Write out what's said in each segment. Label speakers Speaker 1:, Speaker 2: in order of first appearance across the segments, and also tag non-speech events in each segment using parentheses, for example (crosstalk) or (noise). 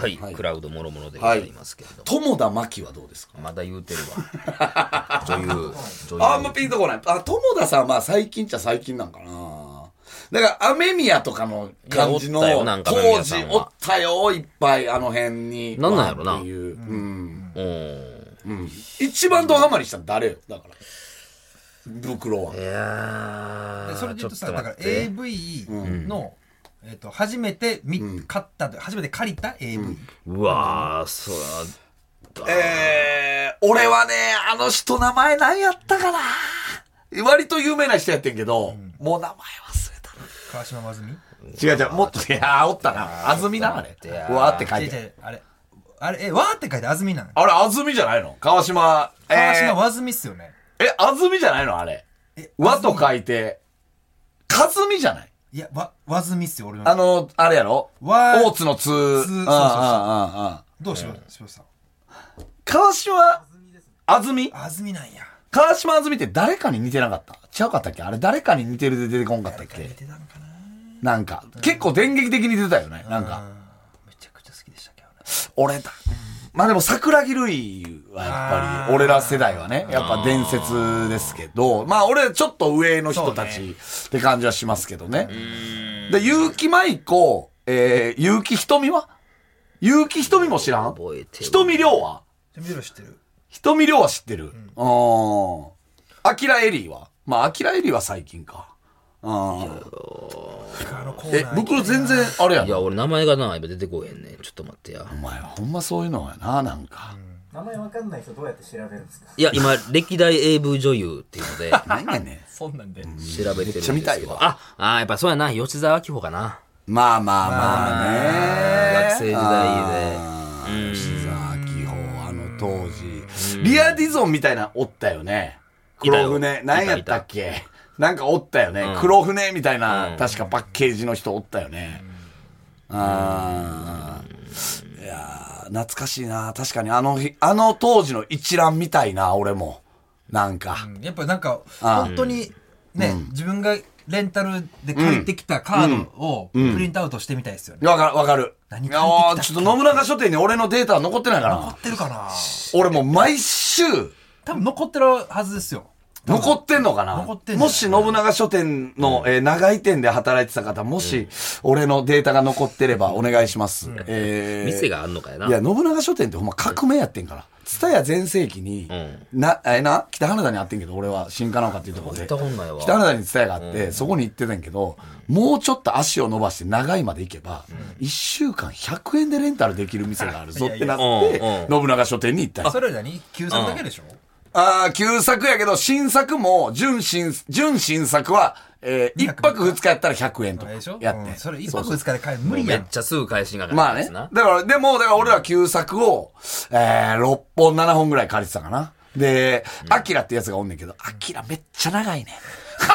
Speaker 1: はい、
Speaker 2: はい
Speaker 1: クラウドもろもろでございますけれども、
Speaker 2: 友田真希はどうですか
Speaker 1: まだ言うてる (laughs) わ女優女優
Speaker 2: あんまピンとこない。あ、友田さんはまあ最近っちゃ最近なんかな。だから、雨宮とかの感じの
Speaker 1: いやおったよなんか雨
Speaker 2: 当
Speaker 1: 宮
Speaker 2: 時
Speaker 1: さんは
Speaker 2: おったよ、いっぱいあの辺に。
Speaker 1: なんなんやろな
Speaker 2: わーっていううん。
Speaker 1: おー。
Speaker 2: 一番ドハマりしたの誰よ、だから。袋はい
Speaker 1: やー
Speaker 3: それで言うとさ
Speaker 1: ちょ
Speaker 3: だ
Speaker 1: っ
Speaker 3: から
Speaker 1: 待って
Speaker 3: AV の、えっと初めて見、買った初めて借りた AV、
Speaker 1: うわーそら
Speaker 2: えー、俺はね、あの人名前何やったかな割と有名な人やってんけど、もう名前忘れた。
Speaker 3: 川島真澄
Speaker 2: 違う違う、もっと、いやー、おったな。あずみな、あれ。うわーって書い
Speaker 3: 違う
Speaker 2: てある。
Speaker 3: 違うあれあれえわーって書いてあずみなの
Speaker 2: あれ、あずみじゃないの川島。えー
Speaker 3: 川島和ずみっすよね
Speaker 2: え、あずみじゃないのあれ。
Speaker 3: え
Speaker 2: 和と
Speaker 3: あ
Speaker 2: 書いて、かずみじゃない
Speaker 3: ずみいやわ和ずみっすよ俺の
Speaker 2: あの、あれやろ
Speaker 3: 和
Speaker 2: 大津の通。うん
Speaker 3: そ
Speaker 2: う
Speaker 3: う
Speaker 2: んうんうん
Speaker 3: そうそうどうしようしました
Speaker 2: 川島、あずみ
Speaker 3: あずみなんや
Speaker 2: 川島あずみって誰かに似てなかったちゃうかったっけあれ誰かに似てるで出てこんかったっけ
Speaker 3: 出てたんかな
Speaker 2: なんか、結構電撃的に出てたよね。なんか、
Speaker 3: めちゃくちゃ好きでしたけどね
Speaker 2: 俺だ。まあでも桜木類はやっぱり、俺ら世代はね、やっぱ伝説ですけど、まあ俺ちょっと上の人た
Speaker 3: そう
Speaker 2: ちって感じはしますけどね。で、結城舞子、えー、結城ひとみは結城ひとみも知らん
Speaker 1: 覚えてる
Speaker 2: ひとみりょうは
Speaker 3: じゃあ緑知ってる
Speaker 2: ひとみりょうは知ってる。うん。あきらえりーはまああきらえりーは最近か。うん。
Speaker 3: あのコー
Speaker 2: え
Speaker 3: ナ、ー
Speaker 2: 僕ら全然、あれや
Speaker 1: い
Speaker 2: な。
Speaker 1: や俺名前がな今出てこへんねちょっと待ってや
Speaker 2: お前ほんまそういうのやな、なんか。
Speaker 4: 名前わかんない人どうやって調べるんですか
Speaker 1: いや今歴代 AV 女優っていうの (laughs) で
Speaker 2: 何やねん。
Speaker 3: そんなんで
Speaker 1: 調べてるんで
Speaker 2: め
Speaker 1: すけど
Speaker 2: っちゃ見たいわ
Speaker 1: ああーやっぱそうやな吉沢明穂かな
Speaker 2: まあまあまあね。
Speaker 1: 学生時代で
Speaker 2: あー吉沢紀宝、あの当時。リアディゾンみたいなのおったよね。
Speaker 1: いたよ
Speaker 2: 黒船、何やったっけなんかおったよね。黒船みたいな、確かパッケージの人おったよね。あーいやー懐かしいな。確かにあの日、あの当時の一覧みたいな、俺も。なんか。
Speaker 3: やっぱなんか本当にね自分がレンタルで借りてきたカードをプリントアウトしてみたいですよね
Speaker 2: わかる、わかる。
Speaker 3: 何書いてきたっけ
Speaker 2: あーちょっと野村が書店に俺のデータ残ってないか
Speaker 3: 残
Speaker 2: な。
Speaker 3: ってるかな
Speaker 2: 俺もう毎週、
Speaker 3: 多分残ってるはずですよ
Speaker 2: 残ってんのかな
Speaker 3: 残ってんの
Speaker 2: もし信長書店の、えー長井店で働いてた方、もし、俺のデータが残ってればお願いします。えー
Speaker 1: 店があんのかやない
Speaker 2: や、信長書店ってほんま革命やってんから。蔦屋全盛期に、な、えーな、北花田にあってんけど、俺は新神奈川っていうところで。
Speaker 1: 行ったことないわ
Speaker 2: 北花田に蔦屋があって、そこに行ってたんやけど、もうちょっと足を伸ばして長井まで行けば、一1週間100円でレンタルできる店があるぞってなっ
Speaker 1: いやいや
Speaker 2: て、
Speaker 1: うんうん
Speaker 2: 信長書店に行ったんや
Speaker 3: それより何旧作だけでしょ
Speaker 2: ああ、旧作やけど、新作も、純新、純新作は、えー、一泊二日やったら100円と
Speaker 3: あ
Speaker 2: か
Speaker 3: れでしょ
Speaker 2: やっ
Speaker 3: う
Speaker 2: て。
Speaker 3: んそれ一
Speaker 2: そう
Speaker 3: 泊
Speaker 2: そう
Speaker 3: 二日で帰る無理
Speaker 1: め
Speaker 3: や
Speaker 1: っ
Speaker 3: ん
Speaker 1: ちゃすぐ返しがか
Speaker 2: ま
Speaker 1: か
Speaker 2: あ
Speaker 1: るや
Speaker 2: ね。
Speaker 1: つな、
Speaker 2: だから、でも、だから俺ら旧作を、えー、6本7本ぐらい借りてたかな。で、アキラってやつがおんねんけど、アキラめっちゃ長いね。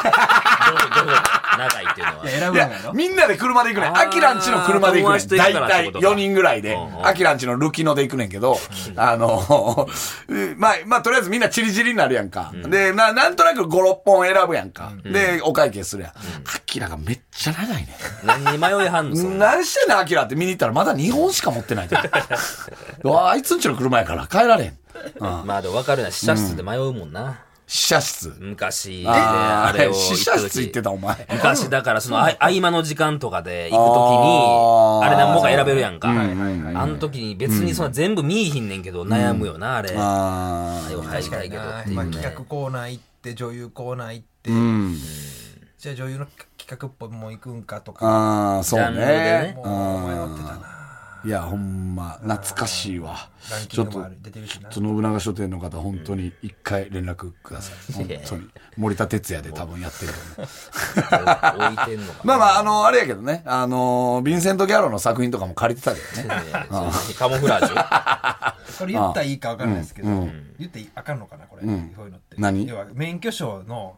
Speaker 1: どこどこ長いっていうのはい
Speaker 3: や選
Speaker 2: い
Speaker 3: ぶ
Speaker 2: や
Speaker 3: のやろ、
Speaker 2: みんなで車で行くねん。
Speaker 1: あー
Speaker 2: アキラんちの車で行くねん。
Speaker 1: 友達と行
Speaker 2: 大
Speaker 1: くからって
Speaker 2: 体
Speaker 1: ことか
Speaker 2: 4人ぐらいで
Speaker 1: うんう。ん
Speaker 2: アキラんちのルキノで行くねんけど、あの、 (laughs) まあ、まあ、とりあえずみんなチリチリになるやんか。で、な、なんとなく5、6本選ぶやんか。で、お会計するやん。アキラがめっちゃ長いねん。
Speaker 1: 何に迷いはんのそんな
Speaker 2: 何してんねん、アキラって見に行ったらまだ2本しか持ってない
Speaker 1: (laughs)
Speaker 2: と。うわあいつんちの車やから帰られん。
Speaker 1: まあでも分かるな試写室で迷うもんな、
Speaker 2: 試写室。
Speaker 1: 昔で
Speaker 2: あ
Speaker 1: あれ
Speaker 2: ー (laughs)
Speaker 1: を
Speaker 2: 試写室行ってた、お前。
Speaker 1: 昔だからそのあ合間の時間とかで行
Speaker 2: あ
Speaker 1: く
Speaker 2: ー
Speaker 1: ときにあれ何もか選べるやんか、
Speaker 2: いはいはい
Speaker 1: あの時に別にその全部見いひんねんけど悩むよなあれ、
Speaker 2: あ
Speaker 1: あれを入りたいけどっていう
Speaker 3: まあ
Speaker 1: ね
Speaker 3: 企画コーナー行って女優コーナー行って
Speaker 2: ーうん。
Speaker 3: じゃあ女優の企画っぽいもん行くんかとか
Speaker 2: あーそう
Speaker 1: ジャンルで
Speaker 2: ね
Speaker 1: ね。
Speaker 3: もう迷ってたない
Speaker 2: や、ほんま、懐かしいわ。
Speaker 3: ラン
Speaker 2: ち
Speaker 3: キ
Speaker 2: ょ
Speaker 3: ン
Speaker 2: っ
Speaker 3: グも
Speaker 2: と
Speaker 3: あ、る出てるしな
Speaker 2: 信長書店の方、本当に一回連絡ください。
Speaker 1: (laughs)
Speaker 2: 本当に。森田哲也で多分やってると思う。
Speaker 1: 置いてんのかな
Speaker 2: まあまあ、あの、あれやけどね、あの、ヴィンセント・ギャロの作品とかも借りてたけど
Speaker 1: (laughs)
Speaker 2: ね。
Speaker 1: ねえそのカモフラー
Speaker 2: (laughs)
Speaker 1: ジュ
Speaker 3: これ言ったらいいか分かんないですけど、言っていいあかんのかなこれ、こういうのって
Speaker 2: 何
Speaker 3: 要は免許証の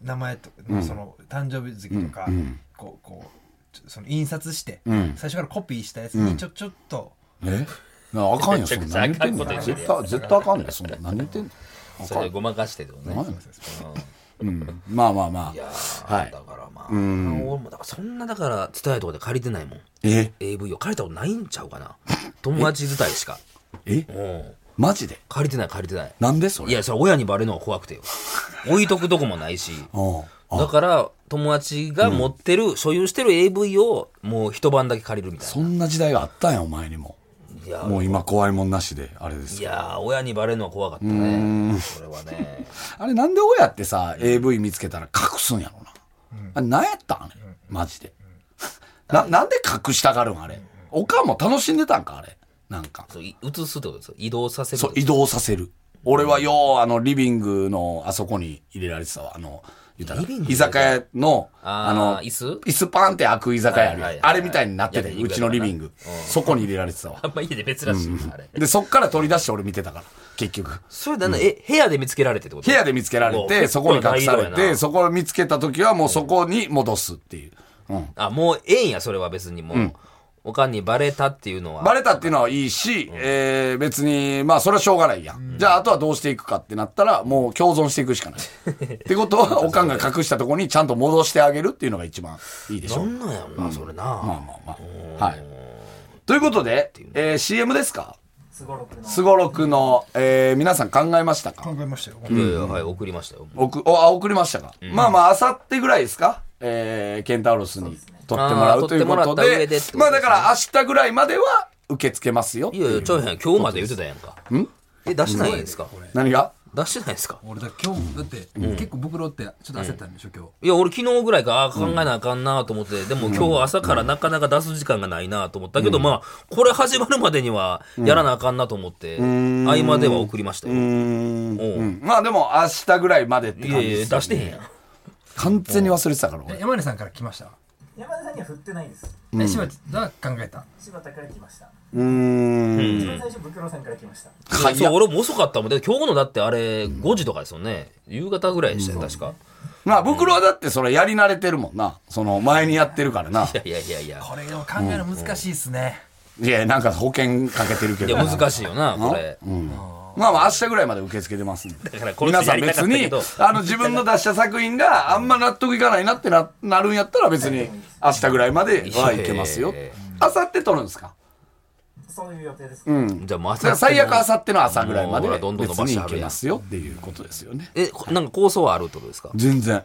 Speaker 3: 名前と、その誕生日月とか、こうこうちょその印刷して、最初からコピーしたやつにちょちょっと、
Speaker 2: えなあかんよ、
Speaker 1: め
Speaker 2: そ
Speaker 1: ちゃ
Speaker 2: ん
Speaker 1: くち
Speaker 2: な
Speaker 1: ゃ
Speaker 2: ん何言ってん
Speaker 1: あかんこと
Speaker 2: の
Speaker 1: 言って
Speaker 2: 絶
Speaker 1: る
Speaker 2: 対、絶対あかんよ、そんな何言ってんのあ
Speaker 1: そ
Speaker 2: かん
Speaker 1: れごまかしてってことね
Speaker 2: 何やねんうんまあまあま
Speaker 1: いや
Speaker 2: あ。
Speaker 1: ー、
Speaker 2: はい
Speaker 1: だからまあ、俺もだからそんなだから伝えとかで借りてないもん
Speaker 2: え
Speaker 1: AV を借りたことないんちゃうかな友達伝いしか
Speaker 2: え
Speaker 1: うん
Speaker 2: マジで
Speaker 1: 借りてない借りてない
Speaker 2: なんでそれ
Speaker 1: いやそれ親にバレるのは怖
Speaker 2: (laughs)
Speaker 1: くてよ置いとくとこもないし
Speaker 2: うんあ
Speaker 1: だから友達が持ってる、所有してる AV をもう一晩だけ借りるみたい
Speaker 2: そんな時代があったんや、お前にも。
Speaker 1: ないや
Speaker 2: もう今、怖いもんなしで、あれです
Speaker 1: い
Speaker 2: けど
Speaker 1: やー親にバレるのは怖かったねそれはね
Speaker 2: あれ、なんで親ってさ、AV 見つけたら隠すんやろな。あれ、なんやったんあれ、マジで。 (laughs) な、なんで隠したがるんあれ。おかんも楽しんでたんかあれ。なんか。
Speaker 1: そうい移すってことですよ移動させる
Speaker 2: そう、移動させる。俺はよう、あの、リビングの、あそこに入れられてたわ。あの、言ったら、
Speaker 1: リビング
Speaker 2: 居酒屋の、
Speaker 1: あー
Speaker 2: の、
Speaker 1: 椅子 (laughs)
Speaker 2: 椅子パンって開く居酒屋あるやん
Speaker 1: はいはいはいはい
Speaker 2: あれみたいになってて、
Speaker 1: 焼肉
Speaker 2: うちのリビング。そこに入れられてたわ
Speaker 1: あ。んま家で別らしいなあれ
Speaker 2: で、そっから取り出して俺見てたから、結局。
Speaker 1: それだね、え部屋で見つけられてってこと
Speaker 2: 部屋で見つけられ
Speaker 1: お
Speaker 2: て、そこに隠され
Speaker 1: 結構な色や
Speaker 2: て、
Speaker 1: な
Speaker 2: そこを見つけた時はもうそこに戻すっていう。うん。
Speaker 1: あもうええんやそれは別にもう、おかんにバレたっていうのは
Speaker 2: バレたっていうのはいいし、えー、別に、まあ、それはしょうがないやん。じゃあ、あとはどうしていくかってなったら、もう共存していくしか (laughs) ない。ってことは、おかんが隠したところにちゃんと戻してあげるっていうのが一番いいでしょ
Speaker 1: な
Speaker 2: う。
Speaker 1: んなんやろな、それな、
Speaker 2: まあまあまあ。はい。ということで、えー、CM ですか
Speaker 4: すごろくの
Speaker 2: すごろくの、えー、皆さん考えましたか
Speaker 3: 考えましたよ。
Speaker 1: いやいやはい送りましたよ
Speaker 2: おくおあ送りましたか、まあまあ、あさってぐらいですかえー、ケンタウロスに取ってもら
Speaker 1: あ
Speaker 2: う
Speaker 1: ー
Speaker 2: ということ
Speaker 1: 取ってもらった上
Speaker 2: で、
Speaker 1: でってことですね
Speaker 2: まあだから明日ぐらいまでは受け付けますよ
Speaker 1: い。やいやちょいへん今日まで言ってたやんかえ出してないんですか
Speaker 2: 何が
Speaker 1: 出してないんですか
Speaker 5: 俺だ今日だって、結構袋ってちょっと焦ったんでしょ今日
Speaker 1: いや俺昨日ぐらいからあー考えなあかんなと思って、でも今日朝からなかなか出す時間がないなと思ったけど、まあこれ始まるまでにはやらなあかんなと思って、合間では送りましたよ、おう
Speaker 2: うんまあでも明日ぐらいまでって
Speaker 1: い
Speaker 2: 感
Speaker 1: や
Speaker 2: じ
Speaker 1: い
Speaker 2: で
Speaker 1: や
Speaker 2: すよ
Speaker 1: 出してへんやん
Speaker 2: 完全に忘れてたから
Speaker 3: え
Speaker 2: 俺
Speaker 3: 山根さんから来ました。
Speaker 4: 山田さんには振ってないです。
Speaker 3: え柴田が考えた。
Speaker 4: 柴田から来ました。
Speaker 2: うーん
Speaker 4: 一番最初、ブクロさんから来ました。
Speaker 2: 早っ
Speaker 1: そう俺も遅かったもんで今日のだってあれ5時とかですよね夕方ぐらいでしたよ確か
Speaker 2: まあ僕らはだってそれやり慣れてるもんなその前にやってるからない
Speaker 1: やいやいやいや
Speaker 3: これでも考えるの難しいですね。
Speaker 2: いやなんか保険かけてるけ
Speaker 1: い
Speaker 2: ど
Speaker 1: や
Speaker 2: な
Speaker 1: 難しいよなこれ
Speaker 2: まあまあ明日ぐらいまで受け付けてますんで
Speaker 1: からこれ
Speaker 2: 皆さん
Speaker 1: やり
Speaker 2: 別
Speaker 1: たかったけ
Speaker 2: に
Speaker 1: ど
Speaker 2: あの自分の出した作品
Speaker 1: (laughs)
Speaker 2: があんま納得いかないなってななるんやったら別に明日ぐらいまではいけますよ
Speaker 1: いやいやい
Speaker 2: 明後日撮るんですか
Speaker 4: そういう予定です。うん。
Speaker 1: じゃあま
Speaker 2: だか
Speaker 1: さ
Speaker 2: ら最悪明後日の朝ぐらいまで
Speaker 1: もうどんどん
Speaker 2: 別
Speaker 1: 伸ば
Speaker 2: に
Speaker 1: して
Speaker 2: い
Speaker 1: は
Speaker 2: け
Speaker 1: るやん
Speaker 2: ますよっていうことですよね
Speaker 1: えこなんか構想はあるってことですか
Speaker 2: 全然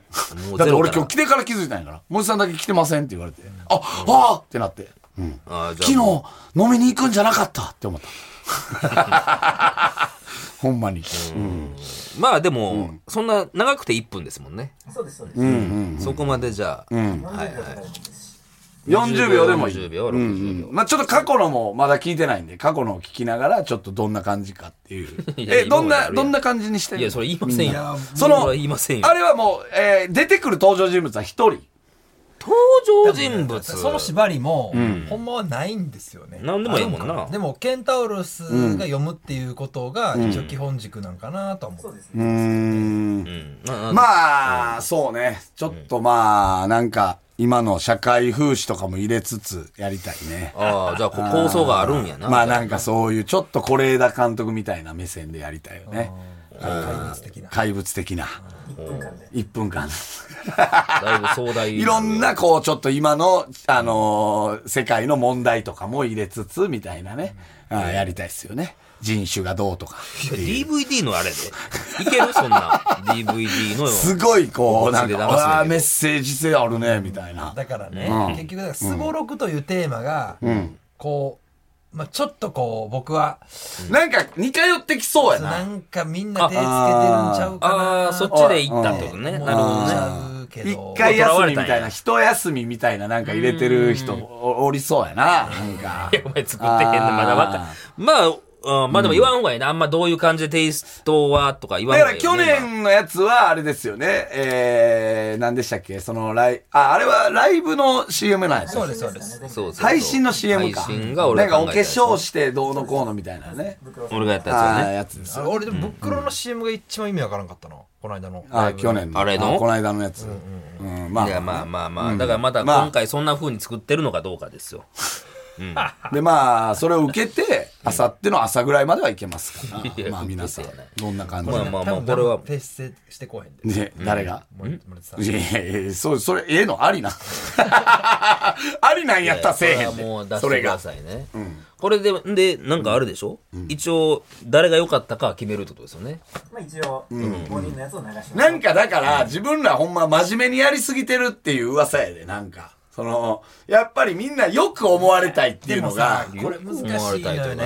Speaker 1: もうゼロから
Speaker 2: だって俺今日来てから気づいたんやから「もじさんだけ来てません」って言われて「ああーってなって
Speaker 1: あー
Speaker 2: 昨日
Speaker 1: じゃあも
Speaker 2: 飲みに行くんじゃなかったって思った
Speaker 1: (laughs)
Speaker 2: ほんまにうん
Speaker 1: うまあでも、そんな長くて1分ですもんね、
Speaker 4: そうです、そうです。
Speaker 1: そこまでじゃあ、
Speaker 4: 40秒とかでもいいですし。
Speaker 2: 40秒でもいい
Speaker 1: 40秒60秒、
Speaker 2: まあちょっと過去のもまだ聞いてないんで過去のを聞きながらちょっとどんな感じかっていう
Speaker 1: (laughs) いや
Speaker 2: えどん
Speaker 1: 今まであ
Speaker 2: な
Speaker 1: るやん
Speaker 2: どんな感じにして
Speaker 1: いやそれ言いませんよ、
Speaker 2: その
Speaker 1: それは言いませんよ
Speaker 2: あれはもう、えー出てくる登場人物は一人
Speaker 1: 登場人物
Speaker 3: その縛りも、ほんまはないんですよね。
Speaker 1: なんでもええもんな
Speaker 3: でも、ケンタウロスが読むっていうことが、一応基本軸なんかなとは思
Speaker 4: そう
Speaker 3: う。
Speaker 4: です
Speaker 2: う
Speaker 4: ね。
Speaker 2: ん
Speaker 1: うんまあまあ
Speaker 2: まあ、そうね。ちょっとまあ、なんか、今の社会風刺とかも入れつつやりたいね。
Speaker 1: あーじゃあこ構想があるんやな
Speaker 2: まあなんかそういう、ちょっと是枝監督みたいな目線でやりたいよね。
Speaker 3: 怪物的な。
Speaker 2: 怪物的な
Speaker 4: 1分間で。
Speaker 2: 1分間。
Speaker 1: だいぶ壮大
Speaker 2: いろんな、こう、ちょっと今の、あのー世界の問題とかも入れつつ、みたいなね。あーやりたいっすよね。人種がどうとか。
Speaker 1: いや DVD のあれで。いけるそんな。DVD の。
Speaker 2: すごい、こう、なんか、
Speaker 1: こっちで流すねんけど
Speaker 2: ああー、メッセージ性あるね、みたいな。
Speaker 3: だからね、結局だからすごろくというテーマが、こう、まあ、ちょっとこう僕は
Speaker 2: なんか、似通ってきそうやな。
Speaker 3: なんかみんな手つけてるんちゃうかな
Speaker 1: ああ、そっちで行ったってことね。なるほどね。
Speaker 3: どね
Speaker 2: 一回休みみたいな、一休みみたいななんか入れてる人おおりそうやな。なんか
Speaker 1: い。やお前作ってへんの、まだわか
Speaker 2: あ
Speaker 1: まあ、うんまあでも言わんほうがいいな。あんまどういう感じでテイストはとか言わ
Speaker 2: だ
Speaker 1: ん
Speaker 2: か
Speaker 1: ほうが
Speaker 2: ら
Speaker 1: いい
Speaker 2: 去
Speaker 1: よね。
Speaker 2: 年のやつはあれですよね。えー、何でしたっけそのライあ、あれはライブの CM なんや
Speaker 3: そうですそうです
Speaker 1: 今そうそうそう
Speaker 2: 配信の CM か。
Speaker 1: 配信が俺
Speaker 2: なんか
Speaker 1: が
Speaker 2: お
Speaker 1: 考
Speaker 2: 化
Speaker 1: えたやつね
Speaker 2: 粧してどうのこうのみたいなね。
Speaker 1: 俺がやっ
Speaker 2: あ
Speaker 1: た
Speaker 2: あ、
Speaker 1: やつよね。
Speaker 2: やつです
Speaker 3: あ
Speaker 2: よ。
Speaker 3: 俺でもブクロの CM が一番意味わからんかったなこの間の
Speaker 2: あー去年の。
Speaker 1: あれの
Speaker 2: この間のやつ。うん、ま
Speaker 1: い
Speaker 2: あ
Speaker 1: や、。まあまあまあ。だからまた
Speaker 2: まあ
Speaker 1: 今回そんな風に作ってるのかどうかですよ。
Speaker 2: でまあそれを受けて、あさっての朝ぐらいまではいけますか
Speaker 1: い
Speaker 2: ら、
Speaker 1: や
Speaker 2: まあ皆さん
Speaker 1: いや、
Speaker 2: どんな感じ
Speaker 1: まあまあまあ、
Speaker 3: 多分
Speaker 1: これは、
Speaker 3: 訂正してこうへんで。
Speaker 2: で、誰が
Speaker 3: 森田さん
Speaker 2: いやいやいや、そう、それ、ええのあり
Speaker 1: (laughs)
Speaker 2: な。ありなんやったらせえへん
Speaker 1: これはもう出
Speaker 2: で。
Speaker 1: して
Speaker 2: それ
Speaker 1: く
Speaker 2: が
Speaker 1: だ。さいね。これで、で、なんかあるでしょ一応、誰が良かったか決めるってことですよね。
Speaker 4: まあ一応、5人のやつを流します。
Speaker 2: なんかだから、自分らほんま真面目にやりすぎてるっていう噂やで、なんか。その、やっぱりみんなよく思われたいっていうのが、
Speaker 3: これ難しいのよね。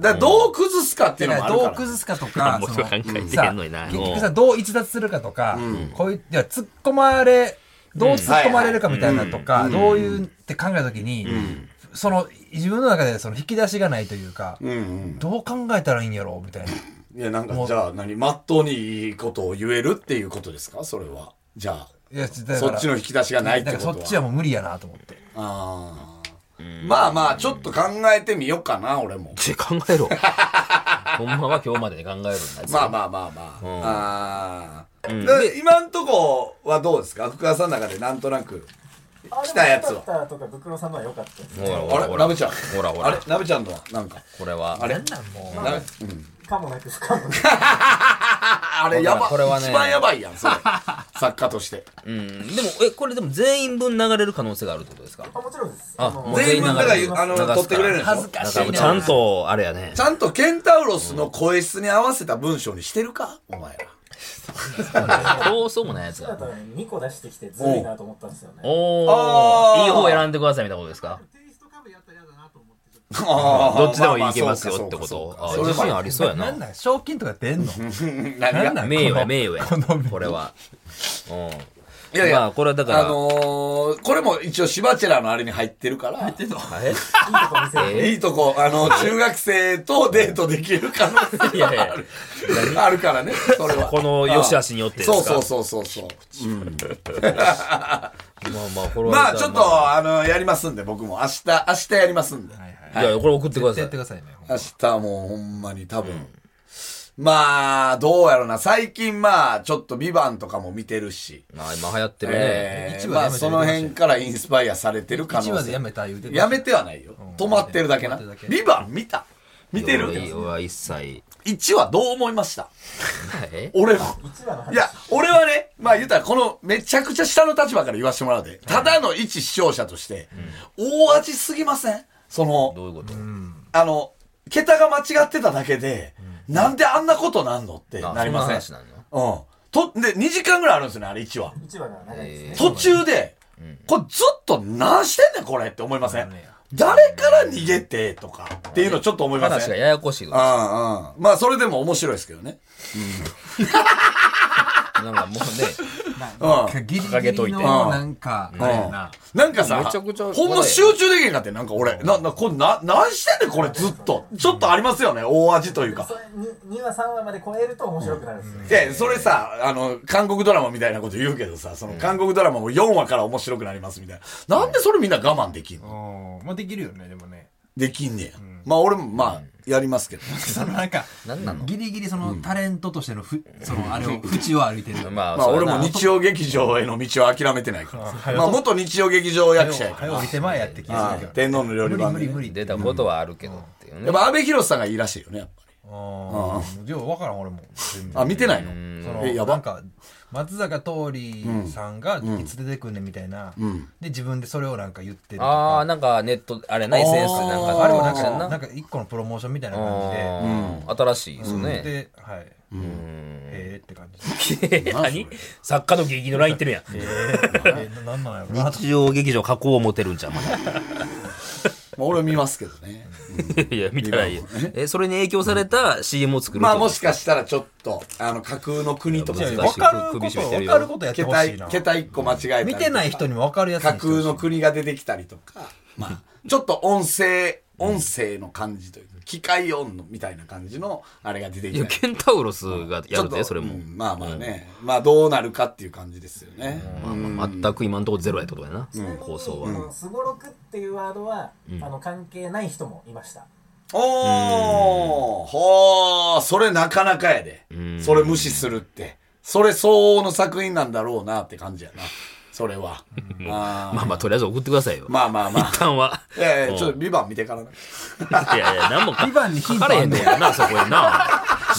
Speaker 2: だからどう崩すかっていうのも
Speaker 3: だか
Speaker 2: あ
Speaker 3: ら
Speaker 2: る
Speaker 3: ど
Speaker 2: から。
Speaker 3: う崩すかとか、
Speaker 1: もう
Speaker 3: その
Speaker 1: 考えてへんのにな
Speaker 3: さ結局さ、どう逸脱するかとか、こういう、いや、突っ込まれ、どう突っ込まれるかみたいなとか、どういうって考えたときに、その、自分の中でその引き出しがないというか、
Speaker 2: うんうん。
Speaker 3: どう考えたらいいんやろうみたいな。
Speaker 2: いや、なんか、じゃあ何、まっとうにいいことを言えるっていうことですかそれは。じゃあ。
Speaker 3: いや、だから
Speaker 2: そっちの引き出しがないって
Speaker 3: だ
Speaker 2: こ
Speaker 3: から
Speaker 2: とは。
Speaker 3: そっちはもう無理やなと思って。
Speaker 2: あーまあまあ、ちょっと考えてみようかな、俺も。
Speaker 1: ちょ考え
Speaker 2: (laughs)
Speaker 1: ろ。ほんまは今日までに考えるんだ。
Speaker 2: まあまあまあま
Speaker 1: うん
Speaker 2: あ。あ
Speaker 1: ん
Speaker 2: ーだ今んとこはどうですか福川さんの中でなんとなく。
Speaker 4: あ
Speaker 2: 来たやつを
Speaker 4: でも良かったとか、ブクロさんのは良かったです。
Speaker 1: ほらほ
Speaker 2: あ
Speaker 1: ら
Speaker 2: れ
Speaker 1: ほら。
Speaker 2: ラブちゃん。
Speaker 1: ほらほ
Speaker 2: あれ
Speaker 1: ら。
Speaker 2: ラブちゃんとはなんか。
Speaker 1: これは。
Speaker 2: あれ
Speaker 3: なんも
Speaker 2: ラブ
Speaker 4: かもなく不
Speaker 2: (laughs)
Speaker 4: 可もなく。
Speaker 2: あれやば、
Speaker 1: これはね
Speaker 2: 一番やばいやん、それ。作家として。
Speaker 1: うん。でも、え、これでも全員分流れる可能性があるってことですか
Speaker 4: あもちろんです。
Speaker 1: あ
Speaker 4: の
Speaker 1: もう
Speaker 2: 全員分だから
Speaker 1: 流れ、る
Speaker 2: あの、
Speaker 1: 流すから
Speaker 2: 取ってくれるんでし
Speaker 3: 恥ず
Speaker 2: ょ
Speaker 3: か
Speaker 1: なん
Speaker 3: し
Speaker 1: か
Speaker 3: い
Speaker 1: も
Speaker 3: な。
Speaker 1: うちゃんと、あれやね
Speaker 2: ち。ゃんとケンタウロスの声質に合わせた文章にしてるかお前ら。
Speaker 1: そうそうもないやつ
Speaker 4: だ
Speaker 1: が
Speaker 4: か。ら2個出してきてずるいなと思ったんですよね。
Speaker 1: お
Speaker 2: あー
Speaker 1: ー。いい方選んでくださいみたいなことですか
Speaker 2: ど
Speaker 1: どっちでもいけますよってこと。あ
Speaker 2: それ
Speaker 1: ー自信
Speaker 2: は
Speaker 1: ありそうや
Speaker 3: な。
Speaker 1: なん
Speaker 3: なん賞金とか出んの
Speaker 2: 何が
Speaker 3: なんなん
Speaker 1: 名誉
Speaker 3: こ
Speaker 1: や
Speaker 3: の
Speaker 1: 名誉や
Speaker 3: この
Speaker 1: これはうん
Speaker 2: いやいや
Speaker 1: まあこれはだから、
Speaker 2: あのー、これも一応シバチェラのあれに入ってるから、
Speaker 1: え
Speaker 2: いいとこ、あの、中学生とデートできる可能性
Speaker 1: いやいや
Speaker 2: がある。あるからね、それは。
Speaker 1: この良し悪しによってですか
Speaker 2: そうそうそうそうそう。
Speaker 1: まあまあこれは
Speaker 2: まあちょっ
Speaker 1: まあ
Speaker 2: と、あの、やりますんで、僕も。明日、明日やりますんで。
Speaker 1: いやこれ送ってくだ
Speaker 3: 絶対
Speaker 1: さ
Speaker 3: や
Speaker 1: い
Speaker 3: ってくださいね。
Speaker 2: 明日もうほんまに多分。まあ、どうやろな。最近まあ、ちょっとビバンとかも見てるし。
Speaker 1: まあ今流行ってるね、
Speaker 2: えー
Speaker 3: 一話でやめて
Speaker 2: まあその辺からインスパイアされてる可能性
Speaker 3: 一話でやめた言うてた
Speaker 2: やめてはないよ、止まってるだけな
Speaker 3: 止まってるだ
Speaker 2: ビ
Speaker 3: け
Speaker 2: バン見た見てる
Speaker 1: 俺は一切
Speaker 2: 1話どう思いました
Speaker 1: え
Speaker 2: 俺も
Speaker 4: 一話の話
Speaker 2: いや俺はねまあ言ったらこのめちゃくちゃ下の立場から言わせてもらうでただの一視聴者として、大味すぎませんその
Speaker 1: どういうこと、
Speaker 2: あの桁が間違ってただけで、なんであんなことなんのって
Speaker 1: あ
Speaker 2: なりません
Speaker 1: そな話な
Speaker 2: う
Speaker 1: の
Speaker 2: んとで2時間ぐらいあるんですよねあれ1話
Speaker 4: 一話が長いですね。
Speaker 2: 途中で、これずっと何してんねんこれって思いません
Speaker 3: ね
Speaker 2: 誰から逃げてとかっていうのちょっと思いま
Speaker 1: 話
Speaker 2: せ
Speaker 1: が
Speaker 2: ん
Speaker 1: ややこしいと
Speaker 2: うんう
Speaker 1: か
Speaker 2: ん。まあそれでも面白いですけどね。
Speaker 1: なんかもうね
Speaker 2: うん。うん
Speaker 3: ギリ
Speaker 1: 掲げ
Speaker 3: ギ
Speaker 1: と
Speaker 3: リ
Speaker 1: いて
Speaker 3: のなんか、あれやな。
Speaker 2: なんかさ
Speaker 1: めちゃくちゃ、
Speaker 2: ほんま集中できへんかって、なんか俺、な、な、これな、何してんねんこれずっと。ちょっとありますよね、大味というか
Speaker 4: そ。れに2話3話まで超えると面白くなるんですよ。
Speaker 2: で、それさ、あの、韓国ドラマみたいなこと言うけどさ、その韓国ドラマも4話から面白くなりますみたいな。なんでそれみんな我慢できんの
Speaker 3: うんまあできるよね、でもね。
Speaker 2: できんねや。まあ俺も、まあ、やりますけど。
Speaker 3: (laughs) そのなんか
Speaker 1: なんなの
Speaker 3: ギリギリそのタレントとしてのふ、そのあれを縁を歩いてる
Speaker 1: まあ、
Speaker 2: まあ
Speaker 1: そうや
Speaker 2: 俺
Speaker 1: な
Speaker 2: も日曜劇場への道を諦めてないから。まあ元日曜劇場役者やか
Speaker 3: 早
Speaker 2: ら
Speaker 3: 降り。て前やって気
Speaker 2: は
Speaker 3: が
Speaker 2: い
Speaker 3: するけ
Speaker 2: 天皇の料理
Speaker 3: ど無理
Speaker 2: 番
Speaker 3: 無
Speaker 2: 組
Speaker 3: 理無理
Speaker 1: 出たことはあるけどっていうね、
Speaker 2: やっぱ安部寛さんがいいらしいよね、やっぱり。
Speaker 3: ああじゃあ分からん俺も全然
Speaker 2: あ、見てないの
Speaker 3: その
Speaker 2: え、や
Speaker 3: なん
Speaker 2: ば。
Speaker 3: か松坂桃李さんがいつ出てくんねんみたいな、で自分でそれをなんか言ってるとか
Speaker 1: ああなんかネットあれな
Speaker 2: あー
Speaker 1: SNS なんか
Speaker 2: あ
Speaker 3: あれもなん
Speaker 1: し
Speaker 3: か
Speaker 1: ん
Speaker 3: なんか一個のプロモーションみたいな感
Speaker 1: うん新しいですよ
Speaker 3: じで、
Speaker 1: ね、
Speaker 3: ではい、ええって感
Speaker 1: (laughs)
Speaker 3: じ
Speaker 1: 何作家の劇のライン行ってるやん
Speaker 3: えー、えー、なんなんやろなと
Speaker 1: 日曜劇場加工を持てるんじ (laughs) ゃんまだ
Speaker 2: まあ俺見ますけどね。
Speaker 1: いや、見たらいいよ。え、それに影響された CM を作る
Speaker 2: まあもしかしたらちょっと、あの、架空の国とか
Speaker 1: いやいや
Speaker 3: 分かること
Speaker 1: 首絞めてる
Speaker 3: 分
Speaker 1: よ
Speaker 3: かることやってほ
Speaker 2: 桁
Speaker 3: しい
Speaker 2: い
Speaker 3: な
Speaker 2: 桁一個間違えたりと
Speaker 3: 見
Speaker 2: か
Speaker 3: てない人にも分かるやつに
Speaker 2: 架
Speaker 3: してほし
Speaker 2: 空
Speaker 3: い
Speaker 2: の国が出てきたりとか、まあ、ちょっと音声、音声の感じというか、機械音のみたいな感じの、あれが出て
Speaker 1: い
Speaker 2: き
Speaker 1: や、
Speaker 2: たり
Speaker 1: ケンタウロスが
Speaker 2: ち
Speaker 1: や
Speaker 2: ょっ
Speaker 1: る
Speaker 2: と
Speaker 1: で、それも
Speaker 2: う。んまあまあね。まあどうなるかっていう感じですよね。
Speaker 1: まあまあ全く今んとこゼロやってことやな、構想は。
Speaker 4: すごろくっていうワードは、あの関係ない人もいました。
Speaker 2: おーほーそれなかなかやで
Speaker 1: ん。
Speaker 2: それ無視するって。それ相応の作品なんだろうなって感じやな。それは。あ
Speaker 1: まあまあ、とりあえず送ってくださいよ。
Speaker 2: ーまあまあまあ
Speaker 1: 一。旦は。
Speaker 2: ええちょっ
Speaker 1: う
Speaker 2: とリバン見てからね。
Speaker 1: んいやいや、何もか
Speaker 5: リバンにヒ
Speaker 1: 書
Speaker 5: ント
Speaker 1: か
Speaker 5: あ
Speaker 1: れへ
Speaker 5: ん
Speaker 1: ん
Speaker 5: の
Speaker 1: ねんな、そこにな。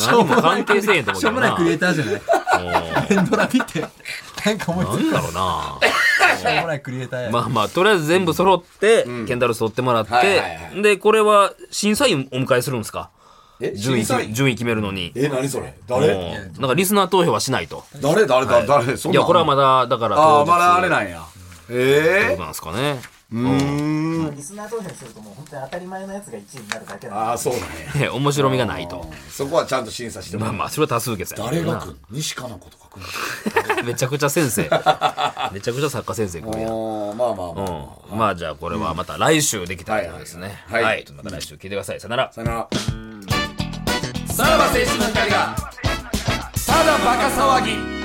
Speaker 1: 何も関係せえへんと思う
Speaker 5: し
Speaker 1: け
Speaker 5: ょうも
Speaker 1: ど
Speaker 5: ない
Speaker 1: な。
Speaker 5: クリエイターじゃ
Speaker 3: (laughs)
Speaker 5: ない連ドラ見てなんか思いつ
Speaker 1: うんなんだろうな。
Speaker 5: くしょうもないクリエイターや
Speaker 1: まあまあ、とりあえず全部揃って、ケンダルス取ってもらっ
Speaker 2: はいはいは
Speaker 1: て、で、これは審査員お迎えするんですか
Speaker 2: え
Speaker 1: 順位決め、順位決めるのに。
Speaker 2: え、何それ
Speaker 1: うん
Speaker 2: 誰
Speaker 1: なんかリスナー投票はしないと。
Speaker 2: 誰誰誰誰そん
Speaker 1: い
Speaker 2: な
Speaker 1: や、
Speaker 2: ん
Speaker 1: これはまだ、だから、
Speaker 2: ああ、
Speaker 1: 当
Speaker 2: ま
Speaker 1: 日
Speaker 2: だあれなんや。
Speaker 1: どう
Speaker 2: ええ
Speaker 1: なんですかね。
Speaker 4: まあリスナー投票するともう本当に当たり前のやつが1位になるだけなん
Speaker 2: ああ、そうだね。
Speaker 1: いや面白みがないと。
Speaker 2: そこはちゃんと審査しても
Speaker 1: ま
Speaker 2: ら
Speaker 1: あ
Speaker 2: う。
Speaker 1: まあ、それは多数決や
Speaker 2: 誰が来
Speaker 1: な
Speaker 2: る西かな子とか来る
Speaker 1: めちゃくちゃ
Speaker 2: (laughs)
Speaker 1: 先生。めちゃくちゃ作家先生来るやん。
Speaker 2: のまあまあまあ。
Speaker 1: うん。まあじゃあこれはまた来週できたらいいですね。
Speaker 2: はいはい
Speaker 1: はい。また来週聞いてください。さよなら。
Speaker 2: さよなら。さらば青春の光が、ただバカ騒ぎ。